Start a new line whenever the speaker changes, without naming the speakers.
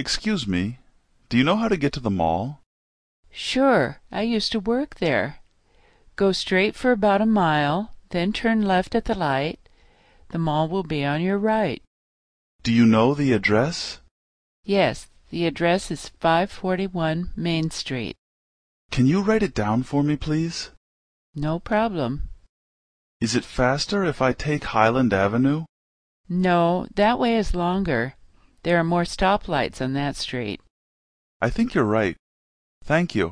Excuse me, do you know how to get to the Mall?
Sure. I used to work there. Go straight for about a mile, then turn left at the light. The mall will be on your right.
Do you know the address?
Yes, the address is 541 Main Street.
Can you write it down for me, please?
No problem.
Is it faster if I take Highland Avenue?
No, that way is longer. There are more stoplights on that street.
I think you're right. Thank you.